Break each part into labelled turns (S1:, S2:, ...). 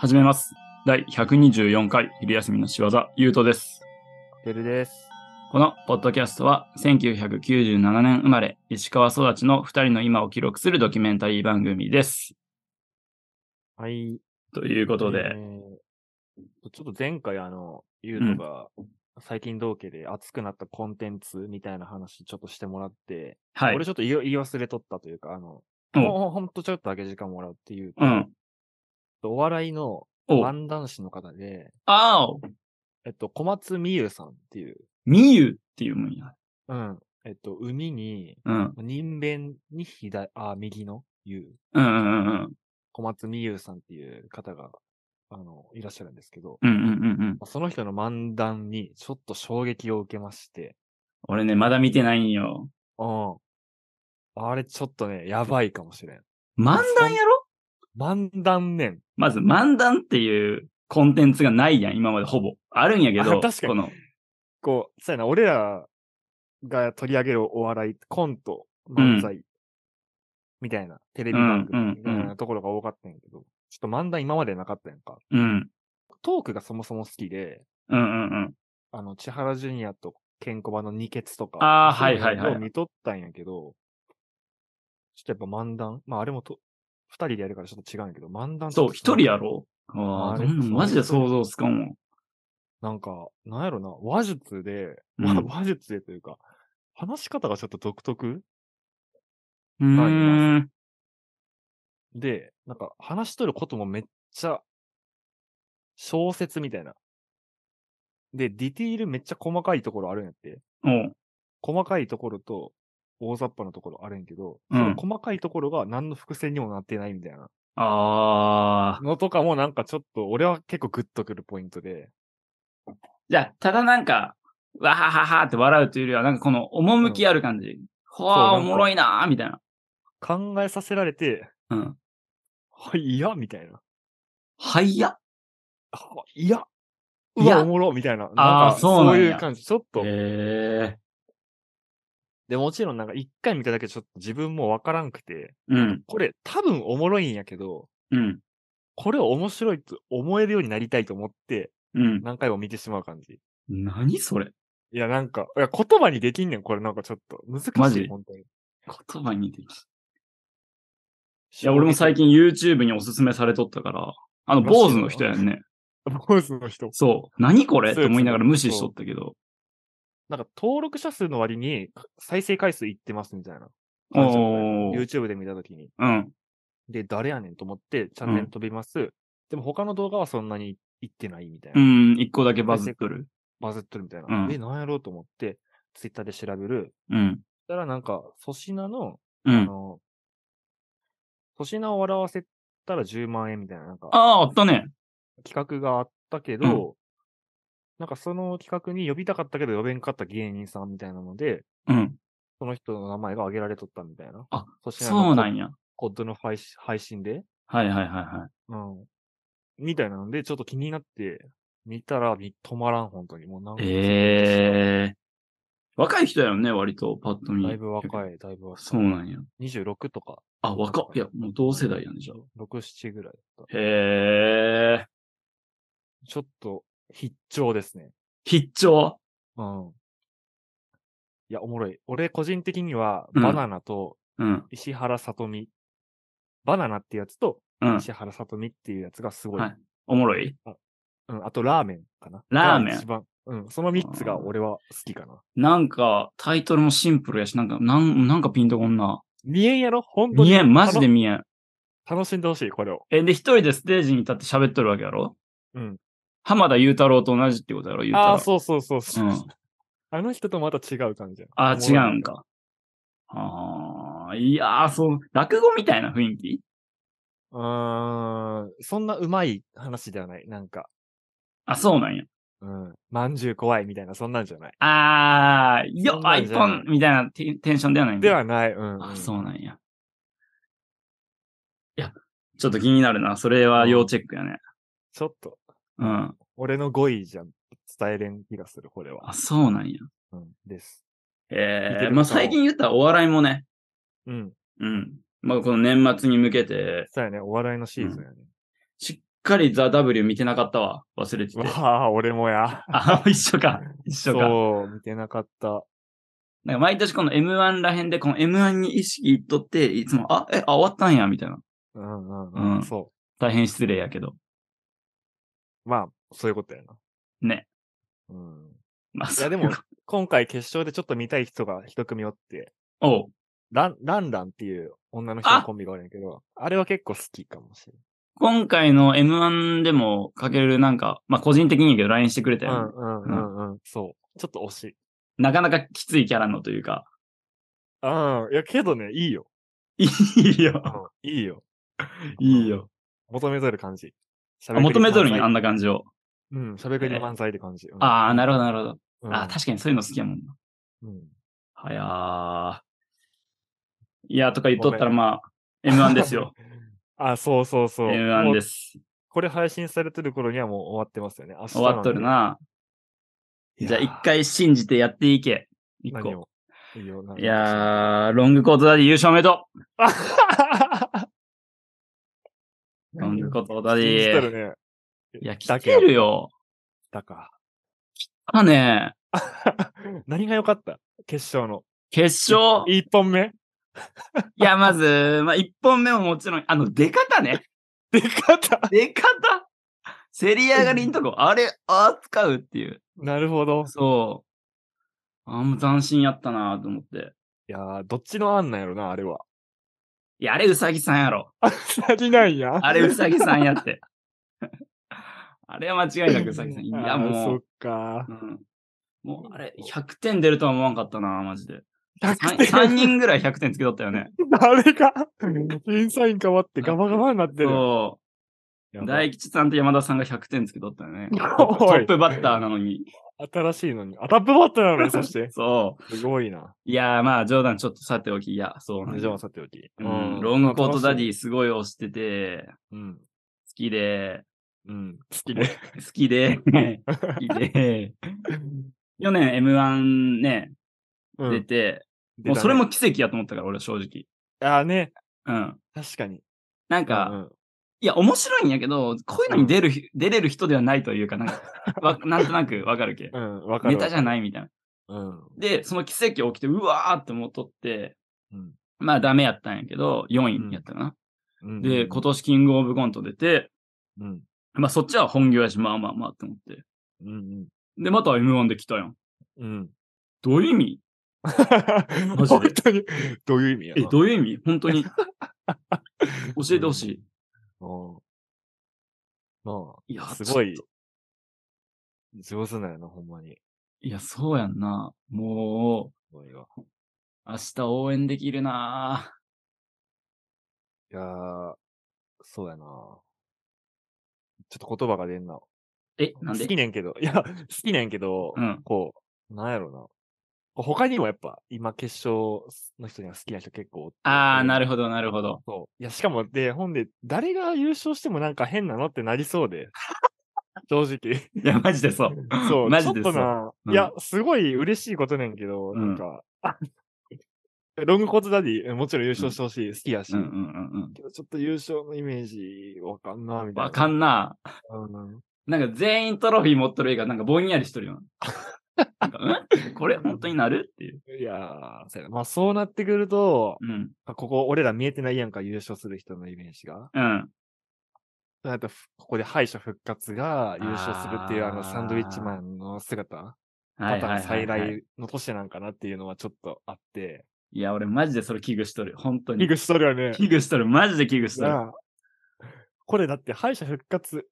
S1: 始めます。第124回昼休みの仕業、ゆうとです。
S2: てるです。
S1: このポッドキャストは1997年生まれ、石川育ちの2人の今を記録するドキュメンタリー番組です。
S2: はい。
S1: ということで、
S2: えーちょっと前回あの、ゆうとが、最近同期で熱くなったコンテンツみたいな話ちょっとしてもらって、
S1: はい
S2: 俺。ちょっと言い言い忘れとったというか、あの、
S1: お
S2: ほんほんとちょっとだけ時間もらうっていうと、
S1: うん。
S2: お笑いの
S1: お
S2: 漫談師の方で、
S1: あお
S2: えっと、小松美優さんっていう、
S1: みゆっていうもんや。
S2: うん、えっと、海に、
S1: うん。
S2: 人弁に左、あ、右の優、
S1: うんうんうんうん。
S2: 小松美優さんっていう方が、あの、いらっしゃるんですけど、
S1: うんうんうんうん。
S2: まあその人の漫談にちょっと衝撃を受けまして、
S1: 俺ね、まだ見てないんよ。
S2: うん。あれちょっとね、やばいかもしれん。
S1: 漫談やろ
S2: 漫談ねん。
S1: まず漫談っていうコンテンツがないやん、今までほぼ。あるんやけど、
S2: あ確かに
S1: この、
S2: こう、そうやな、俺らが取り上げるお笑い、コント、漫才、みたいな、テレビ番
S1: うんうん
S2: 組みたいなところが多かったんやけど、ちょっと漫談今までなかったやんか。
S1: うん。
S2: トークがそもそも好きで、
S1: うんうんうん。
S2: あの、千原ジュニアとケンコバの二欠とか。
S1: あー
S2: そううの
S1: はいはいはい
S2: を見とったんやけど、ちょっとやっぱ漫談まああれもと、二人でやるからちょっと違うんやけど、漫談
S1: そう、一人や
S2: ろ
S1: ろああ、
S2: あ
S1: ど
S2: れ
S1: んなんマジで想像つかんわ。
S2: なんか、なんやろな、話術で、
S1: う
S2: まあ
S1: ん
S2: 話術でというか、話し方がちょっと独特
S1: うーん。
S2: で、なんか話しとることもめっちゃ、小説みたいな。で、ディティールめっちゃ細かいところあるんやって。
S1: おう
S2: 細かいところと、大雑把なところあるんやけど、
S1: うん
S2: その細かいところが何の伏線にもなってないみたいな
S1: ああ。
S2: のとかもなんかちょっと、俺は結構グッとくるポイントで。
S1: じゃあ、ただなんか、わはははって笑うというよりは、なんかこの趣ある感じ。ほわー、
S2: そうな
S1: お
S2: んか
S1: もろいなー、みたいな。
S2: 考えさせられて、
S1: うん。
S2: はい、いや、みたいな。
S1: はいや。
S2: あいや、
S1: いうや
S2: わ、おもろ、みたいな。なん
S1: あー
S2: か
S1: そうなんや
S2: そういう感じ。ちょっと。
S1: え。
S2: で、もちろんなんか一回見ただけちょっと自分もわからんくて、
S1: うん、
S2: これ多分おもろいんやけど、
S1: うん、
S2: これを面白いと思えるようになりたいと思って、
S1: うん。
S2: 何回も見てしまう感じ。
S1: 何それ
S2: いや、なんか、いや言葉にできんねん、これなんかちょっと。難しい。
S1: マジ
S2: 本当に。い
S1: 言葉にできん。いや、俺も最近 YouTube におすすめされとったから、あの、
S2: らしいよ
S1: 坊主の人やんね。
S2: 近。 坊主の人。
S1: そう。何これっ
S2: そ
S1: て
S2: うやつ
S1: 思いながら無視しとったけど。
S2: なんか登録者数の割に再生回数いってますみたいな。
S1: おー。
S2: YouTube で見たときに。
S1: うん。
S2: で、誰やねんと思ってチャンネル飛びます。でも他の動画はそんなにいってないみたいうな。
S1: ん、一個だけバズっとる。
S2: バズっとるみたいな。
S1: うん
S2: え、なんやろうと思って、ツイッターで調べる。
S1: うん。
S2: そしたらなんか、粗品の、
S1: う
S2: あ
S1: ん。
S2: の、粗品を笑わせたら10万円みたいな、なんか、
S1: ああ、あったね。
S2: 企画があったけど、なんかその企画に呼びたかったけど呼べんかった芸人さんみたいなので、
S1: うん。
S2: その人の名前が挙げられとったみたいな。
S1: あ、
S2: 粗品の
S1: そうなんや。
S2: コッドの配信配信で、
S1: はいはいはいはい。
S2: うん。みたいなので、ちょっと気になって、見たらみ止まらん、本当に。もうなんか、
S1: ええ若い人やよね、割と、パッと見。
S2: だいぶ若
S1: い。
S2: い、だいぶ若い。
S1: そうなんや。
S2: 26とか。
S1: あ、若っ。いや、もう同世代やね、じゃあ。
S2: 6、7ぐらいだっ
S1: へえ
S2: た。ちょっと、必聴ですね。
S1: 必聴
S2: うん。いや、おもろい。俺、個人的には、
S1: うん
S2: バナナと
S1: うん。
S2: 石原さとみ、バナナってやつと
S1: うん。
S2: 石原さとみっていうやつがすごい。
S1: はいおもろい
S2: うん、あと、ラーメンかな。
S1: ラーメン
S2: が一番。うん、その3つが俺は好きかな。
S1: なんか、タイトルもシンプルやし、なんか、なんなんかピンとこんな。
S2: 見えんやろ本当に。
S1: 見えん、マジで
S2: 楽
S1: 見えん。
S2: 楽しんでほしい、これを。
S1: え、で、一人でステージに立って喋っとるわけやろ
S2: うん。
S1: 浜田雄太郎と同じってことやろ言うたら。
S2: ああー、そうそうそうそう。
S1: うん
S2: あの人とまた違う感じや。
S1: あ
S2: お
S1: ー、
S2: もろい
S1: 違うん。か。ああ、いやー、そう、落語みたいな雰囲気
S2: うーん、そんなうまい話ではない。なんか、
S1: あ、そうなんや。
S2: うん、まんじゅう怖いみたいな、そんなんじゃない。
S1: あー、よ
S2: そん
S1: あ、
S2: なん
S1: 一
S2: じゃない
S1: 本みたいなテテンションではないんだ
S2: ではない。うん、うん。
S1: あ、そうなんや。いや、ちょっと気になるな。それは要チェックやね。
S2: ちょっと、
S1: うん。
S2: 俺の語彙じゃ伝えれん気がする、これは。
S1: あ、そうなんや。
S2: うん、です。見て
S1: えー、
S2: る
S1: まあ
S2: 方も
S1: 最近言ったらお笑いもね。
S2: うん。
S1: うん。まあこの年末に向けて、
S2: そうやね、お笑いのシーズンやね。
S1: しっかりザ・ W 見てなかったわ。忘れてて。
S2: わあ、俺もや。
S1: あ、一緒か。一緒か。
S2: そう、見てなかった。
S1: なんか毎年この M1 らへんで、この M1 に意識いっとって、いつも、あ、え、あ終わったんや、みたいな。
S2: うんうんう。
S1: うんん
S2: そ
S1: 大変失礼やけど。
S2: う。まあ、そういうことやな。
S1: ね。
S2: うん。
S1: まあ、
S2: いや、で
S1: そ
S2: も
S1: ういうこ、
S2: 今回決勝でちょっと見たい人が一組おって、
S1: と。おう
S2: ラン、ランランっていう女の人の
S1: あ
S2: コンビがおるんやけど、あれは結構好きかもしれ
S1: 今回の M1 でも、かけるなんか、まあ個人的にやけど LINE してくれた
S2: ない。う
S1: よ、ね
S2: んうんうんうん。そう。ちょっと惜しい。
S1: なかなかきついキャラのというか。
S2: うん。いや、けどね、いいよ。
S1: いいよ。
S2: うん、 いい よ。
S1: いいよ。
S2: 求めとる感じ。
S1: あ 求めとるんや、あん
S2: な。
S1: な感じを。
S2: うん、しゃべくり漫才って感じ。うん、
S1: ああ、なるほど、なるほど。
S2: うん、
S1: あー確かにそういうの好きやもんな。
S2: うん。
S1: はやー。いや、とか言っとったら、まあ、M1 です よ。
S2: あ、そうそうそう。。
S1: M1 ですす。
S2: これ配信されてる頃にはもう終わってますよね。明日
S1: 終わっとるな。
S2: なんで。
S1: じゃあ、
S2: いや
S1: 一。回信じてやっていけ。一
S2: 何
S1: 個。
S2: を。いいよ。何を
S1: いやー、ロングコートダディ優勝おめでと うロングコートダデ
S2: 信じと
S1: ィ。
S2: るね。
S1: いや、来
S2: だ
S1: てるよ。
S2: だか。
S1: あね、
S2: 何が良か った決勝の。
S1: 決勝。
S2: 一本目
S1: いや、まず、まあ、一本目ももちろん、あの、出方ね。
S2: 出方
S1: 出方競り上がりんとこ、あれ、扱うっていう。
S2: なるほど。
S1: そう。あ、もう斬新やったなと思って。
S2: いやー、どっちの案なんやろな、あれは。
S1: いや、あれ、うさぎさんやろ。
S2: さりないやん。
S1: あれ、うさぎさんやって。 あれは間違いなくうさぎさん。いや、
S2: あーそ
S1: も
S2: っ
S1: う、
S2: か
S1: う。ん、もうあれ、100点出るとは思わんかったなマジで。
S2: 100
S1: 3,
S2: 点
S1: 人ぐらい100点つけとったよね。
S2: 誰が審査員変わってガバガバになってる。
S1: そ
S2: や
S1: う。
S2: ばい
S1: 大吉さんと山田さんが100点つけとったよ ね。ト
S2: おい
S1: ップバッターなのに。
S2: 新しいのに。アタップバットなのに、そ して。
S1: そう。
S2: すごいな。
S1: いやーまあ冗談ちょっとさておき、いや、そうなん
S2: じゃあ、
S1: よ
S2: さておき。
S1: うん、ロングコートダデ
S2: ィ。
S1: ィすごい推してて、
S2: うん。
S1: 好きで、
S2: うん。好きで。
S1: 好き で、好きで、去年 M1 ね、
S2: う
S1: 出
S2: ん。
S1: て、
S2: 出たね
S1: もうそれも。奇跡やと思ったから、俺は正直。
S2: ああね。
S1: うん。
S2: 確かに。
S1: なんか、
S2: うんうん
S1: いや、面白いんやけど、こういうのに出るひ、出れる人ではないというか、なんか、わなんとなくわかるけ。
S2: うん、わかる。
S1: ネタじゃ
S2: い。
S1: ないみたいな。
S2: うん。
S1: で、その奇跡起きて、うわーって思っとって、
S2: うん
S1: まあダメやったんやけど、4位やったかな。
S2: うん
S1: で、今、年キングオブコント出て、
S2: うん。
S1: まあそっちは本業やし、まあまあまあって思って。
S2: うん。
S1: で、また M1 で来たやん。
S2: うん。 うん。
S1: どういう意味で
S2: 本当に、どういう意味や
S1: え、
S2: な
S1: どういう意味本当 に。教えてほしい。
S2: うんま
S1: いや
S2: あ、、すごい
S1: ちょっと。
S2: 上手なんやな、ほんまに。
S1: いや、そうやんな。も
S2: すごいわ
S1: う、明日応援できるない
S2: やー、そうやな。ちょっと言葉が出んな。
S1: え、なん
S2: 好
S1: で
S2: きねんけど、いや、好きねんけど、
S1: うん
S2: こう、なんやろな。こう他にもやっぱ、今決勝の人には好きな人結構おって
S1: ああ、なるほど、なるほど。
S2: そう。いや、しかも、で、本で、誰が優勝してもなんか変なのってなりそ うで。正直。
S1: いや、マジでそう。
S2: そう、
S1: マ
S2: ち
S1: ジ
S2: ょっ
S1: で
S2: と
S1: そう。
S2: な、
S1: うん
S2: いや、すごい嬉しいことねんけど、
S1: うん
S2: なんか、あ ロングコートダディ、もちろん優勝してほしい、好きやし、
S1: うんうんうんうん。
S2: けどちょっと優勝のイメージ、わかんな、みたいな。
S1: わか
S2: ん
S1: んな。
S2: うん
S1: なんか全員トロフィー持っとる映画、なんかぼんやりしとるよな。なんかうんこれ本当になるっていう。
S2: いやーそうやなまあそうなってくると、
S1: うん。
S2: あここ、俺ら見えてないやんか、優勝する人のイメージが。
S1: うん。
S2: あと、ふここで敗者復活が優勝するっていう、あの、
S1: あー
S2: サンドウィッチマンの姿、
S1: は
S2: パ
S1: い
S2: タ
S1: はい
S2: ー
S1: は
S2: ン
S1: い、はい
S2: 再。来の年なんかなっていうのはちょっとあって、
S1: いや、俺マジでそれ危惧しとる。本当
S2: リ
S1: に。
S2: グしとるよね。
S1: 危惧しとる。マジで危惧しとる。
S2: なあこれだって敗者復活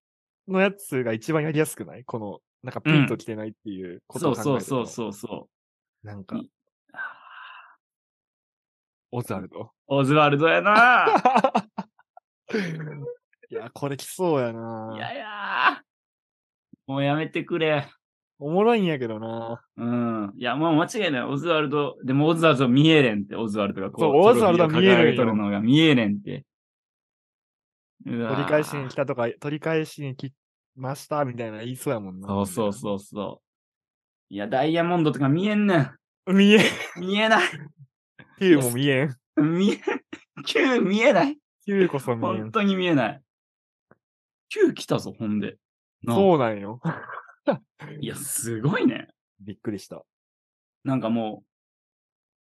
S2: のやつが一番やりやすくないこの、なんかピンと来てないっていうこと
S1: そ
S2: を
S1: う
S2: 考える
S1: そ
S2: と、。
S1: うそうそうそう
S2: なんか
S1: い、
S2: オズワ ルド。
S1: う。オズワルドやな
S2: いや、これ来そうやない
S1: やいやもうやめてくれ。
S2: おもろいんやけどな。
S1: うん。いや、もう間違いない。オズワルド、でもオズワルド見えれんって、オズワルドがこう。
S2: そうオズワルドは
S1: トロフィーを掲げと
S2: 見えれんよ
S1: るのが見えれんって。取
S2: 取り返しに来たとか、取り返しに来ましたみたいな言いそうやもんな。
S1: そうそうそうそう。いや、ダイヤモンドとか見えんねん。
S2: う。見えん。
S1: 見えない。
S2: Q も見えん。
S1: 見え、Q 見えない。
S2: Q こそ見えん
S1: 本。当に見えない。 9来たぞ、ほんで。なあ
S2: そうなんよ。
S1: いや、すごいね。
S2: びっくりした。
S1: なんかも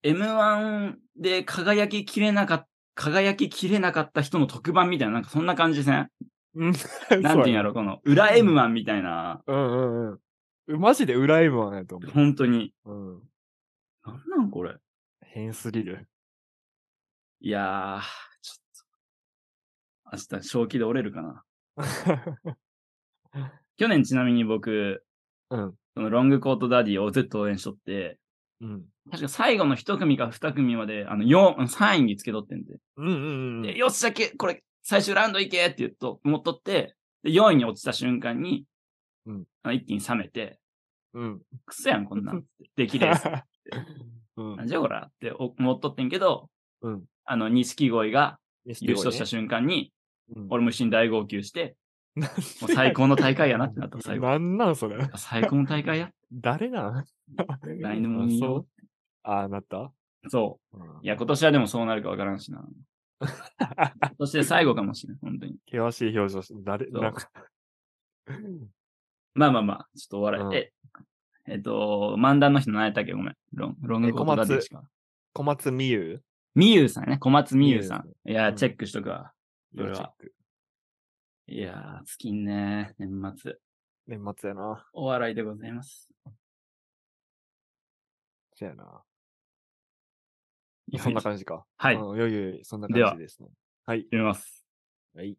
S1: う、M1 で輝ききれなかった、輝ききれなかった人の特番みたいな、なんかそんな感じせん
S2: うん。
S1: なんていうんやろ、この、裏 M1 みたいな、
S2: うんうんうん。マジで裏 M はないと思
S1: 本当に。
S2: う。うん。
S1: なんなんこれ。
S2: 変すぎ る。
S1: いやー、ちょっと。明日、正気で折れるかな。去年ちなみに僕、
S2: うん。
S1: そのロングコートダディをずっと応援しとって、
S2: うん。
S1: 確か最後の一組か二組まで、あの、4、3位につけとってんで。
S2: うんうんうん。
S1: でよっしゃけ、これ、最終ラウンドいけって言うと、思っとって、で、4位に落ちた瞬間に、
S2: うん
S1: あの一気に冷めて、
S2: うん。
S1: くそやん、こん なん。できれいっす。
S2: うん
S1: なんじゃこらって思っとってんけど、
S2: うん
S1: あの、錦鯉が優勝した
S2: し、
S1: 瞬間に、
S2: うん
S1: 俺も一緒に大号泣して、もう最
S2: 最
S1: 高の大会やなってな った、最後。
S2: なんなんそれ。
S1: 最高の大会や。
S2: 誰なん
S1: 来年も見よ
S2: あ、そうあ、なった
S1: う。そうう。
S2: ん
S1: いや、今年はでもそうなるかわからんしな。今年で最後かもしれん、本当に。
S2: 険しい表情して、誰、
S1: そう
S2: なんか、
S1: まあまあまあ、ちょっとお笑い。
S2: うん
S1: え、えっと、漫談の人何やったっけごめん。ロンロングコートダディしか。
S2: 小松美優
S1: みゆうさんやね、小松みゆうさん
S2: み。
S1: いや
S2: う
S1: ー、
S2: ん
S1: チェックしとくわ。
S2: 要
S1: 俺は
S2: チェック
S1: いやー、好きんね、年末。
S2: 年末やな。
S1: お笑いでございます。
S2: そうやな。そんな感じか。
S1: はい、
S2: うん
S1: 始
S2: いやいやいやそんな
S1: では
S2: 感じですね。はい。
S1: めます。
S2: はい。